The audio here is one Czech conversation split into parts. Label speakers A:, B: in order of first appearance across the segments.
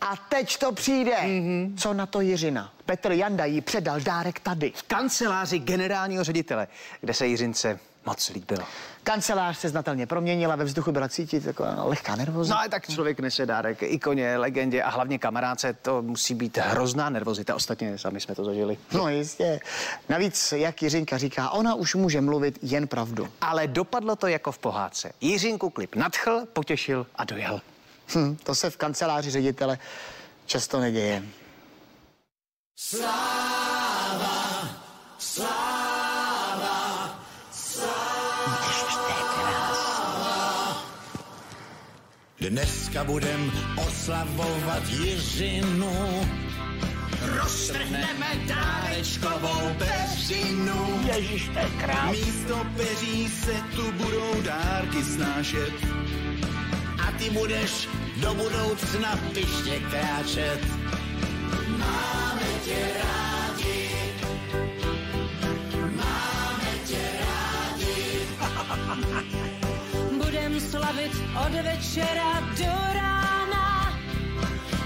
A: A teď to přijde. Mm-hmm. Co na to Jiřina? Petr Janda jí předal dárek tady.
B: V kanceláři generálního ředitele, kde se Jiřince moc líbilo.
A: Kancelář se znatelně proměnila, ve vzduchu byla cítit jako lehká nervozita.
B: No ale tak člověk nese dárek ikoně, legendě a hlavně kamarádce, to musí být hrozná nervozita. Ostatně sami jsme to zažili.
A: No jistě. Navíc, jak Jiřinka říká, ona už může mluvit jen pravdu.
B: Ale dopadlo to jako v pohádce. Jiřinku klip nadchl, potěšil a dojel.
A: Hm, to se v kanceláři ředitele často neděje.
C: Dneska budem oslavovat Jiřinu. Roztrhneme dárečkovou peřinu. Ježíš, to je krás. Místo peří se tu budou dárky snášet. A ty budeš do budoucna pišně kráčet.
D: Budem slavit od večera do rána.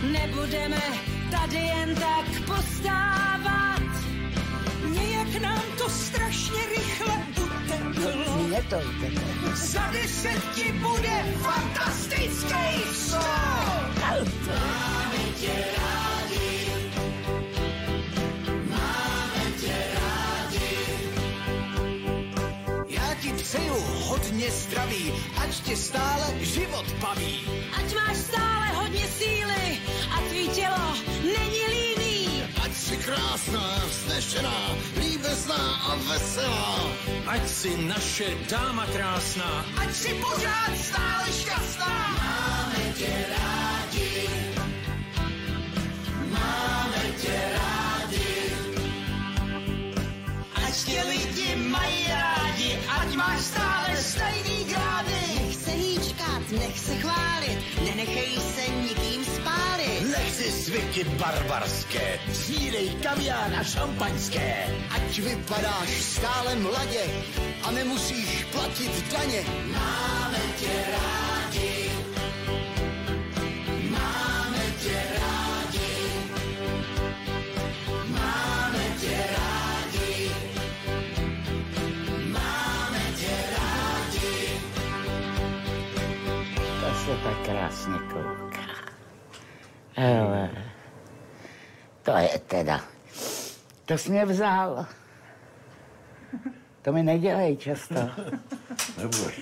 D: Nebudeme tady jen tak postávat. Nějak nám to strašně rychle uteklo.
E: Je to uteklo.
D: Za deset ti bude fantastický show.
C: Já ti přeju hodně zdraví, ať tě stále život baví.
D: Ať máš stále hodně síly a tvý tělo není líný.
C: Ať si krásná, vznešená, líbezná a veselá. Ať si naše dáma krásná.
D: Ať si pořád stále šťastná. Máme tě rádi. Máme tě rádi. Ať tě lidi mají rádi. Ať máš stále stejný grády.
E: Nech se hýčkat, nech se chválit, nenechej se nikým spálit.
C: Nechci zvyky barbarské, snídej kaviár a šampaňské. Ať vypadáš stále mladě a nemusíš platit daně. Máme tě rádi. Máme tě rádi. Máme tě rádi. Máme tě rádi.
E: To se tak krásně kouká. Hele. To je teda. To jsi mě vzal. To mi nedělej často. Neboj.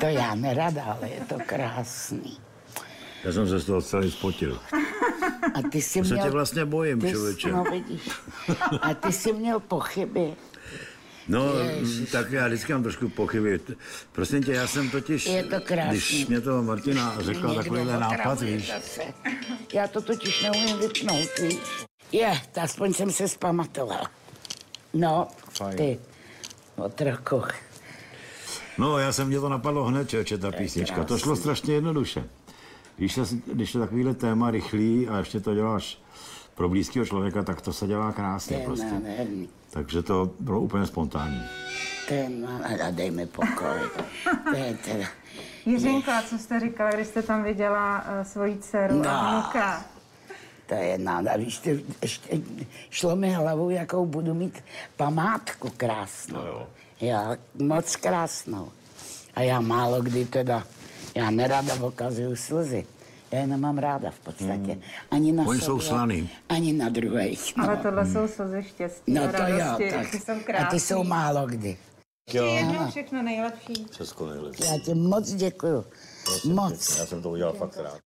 E: To já nerada, ale je to krásný.
F: Já jsem se z toho celý spotil.
E: A ty jsi
F: se
E: měl...
F: tě vlastně bojím,
E: ty jsi-
F: člověče.
E: No vidíš. A ty jsi měl pochyby.
F: No, tak já vždycky mám trošku pochyby. Prosím tě, já jsem totiž,
E: Je to krásný.
F: když mě to Martina řekla
E: Někdo
F: takovýhle
E: otravuje
F: nápad, víš,
E: zase. Já to totiž neumím vypnout, víš. Je, to aspoň jsem se zpamatovala. No,
F: Fajn.
E: ty, otroku.
F: No, já jsem mě to napadlo hned, čeče, ta písnička. To šlo strašně jednoduše. Když, se, když je takovýhle téma rychlý a ještě to děláš pro blízkého člověka, tak to se dělá krásně
E: Ten,
F: prostě.
E: nádherný.
F: Takže to bylo úplně spontánní.
E: ten, a dej mi pokoj. to je teda,
G: Jiřinko, a co jste říkala, když jste tam viděla uh, svoji dceru
E: No.
G: a vnuka?
E: to je náda. Víš, ty, ještě, šlo mi hlavou, jakou budu mít památku krásnou. No jo. Já, moc krásnou. A já málo kdy teda, já nerada okazuju slzy. Já je nemám ráda v podstatě. Ani na
F: Hmm. Oni jsou
E: sobě,
F: slaný.
E: Ani na druhých. No.
G: Ale tohle jsou slzy štěstí a
E: No to jo,
G: radosti,
E: tak.
G: ty jsou
E: A ty
G: krásný.
E: jsou málo kdy.
G: Ještě jednou všechno nejlepší.
F: Česko nejlepší.
E: Já ti moc děkuju. Moc.
F: jsem to udělal fakt rád.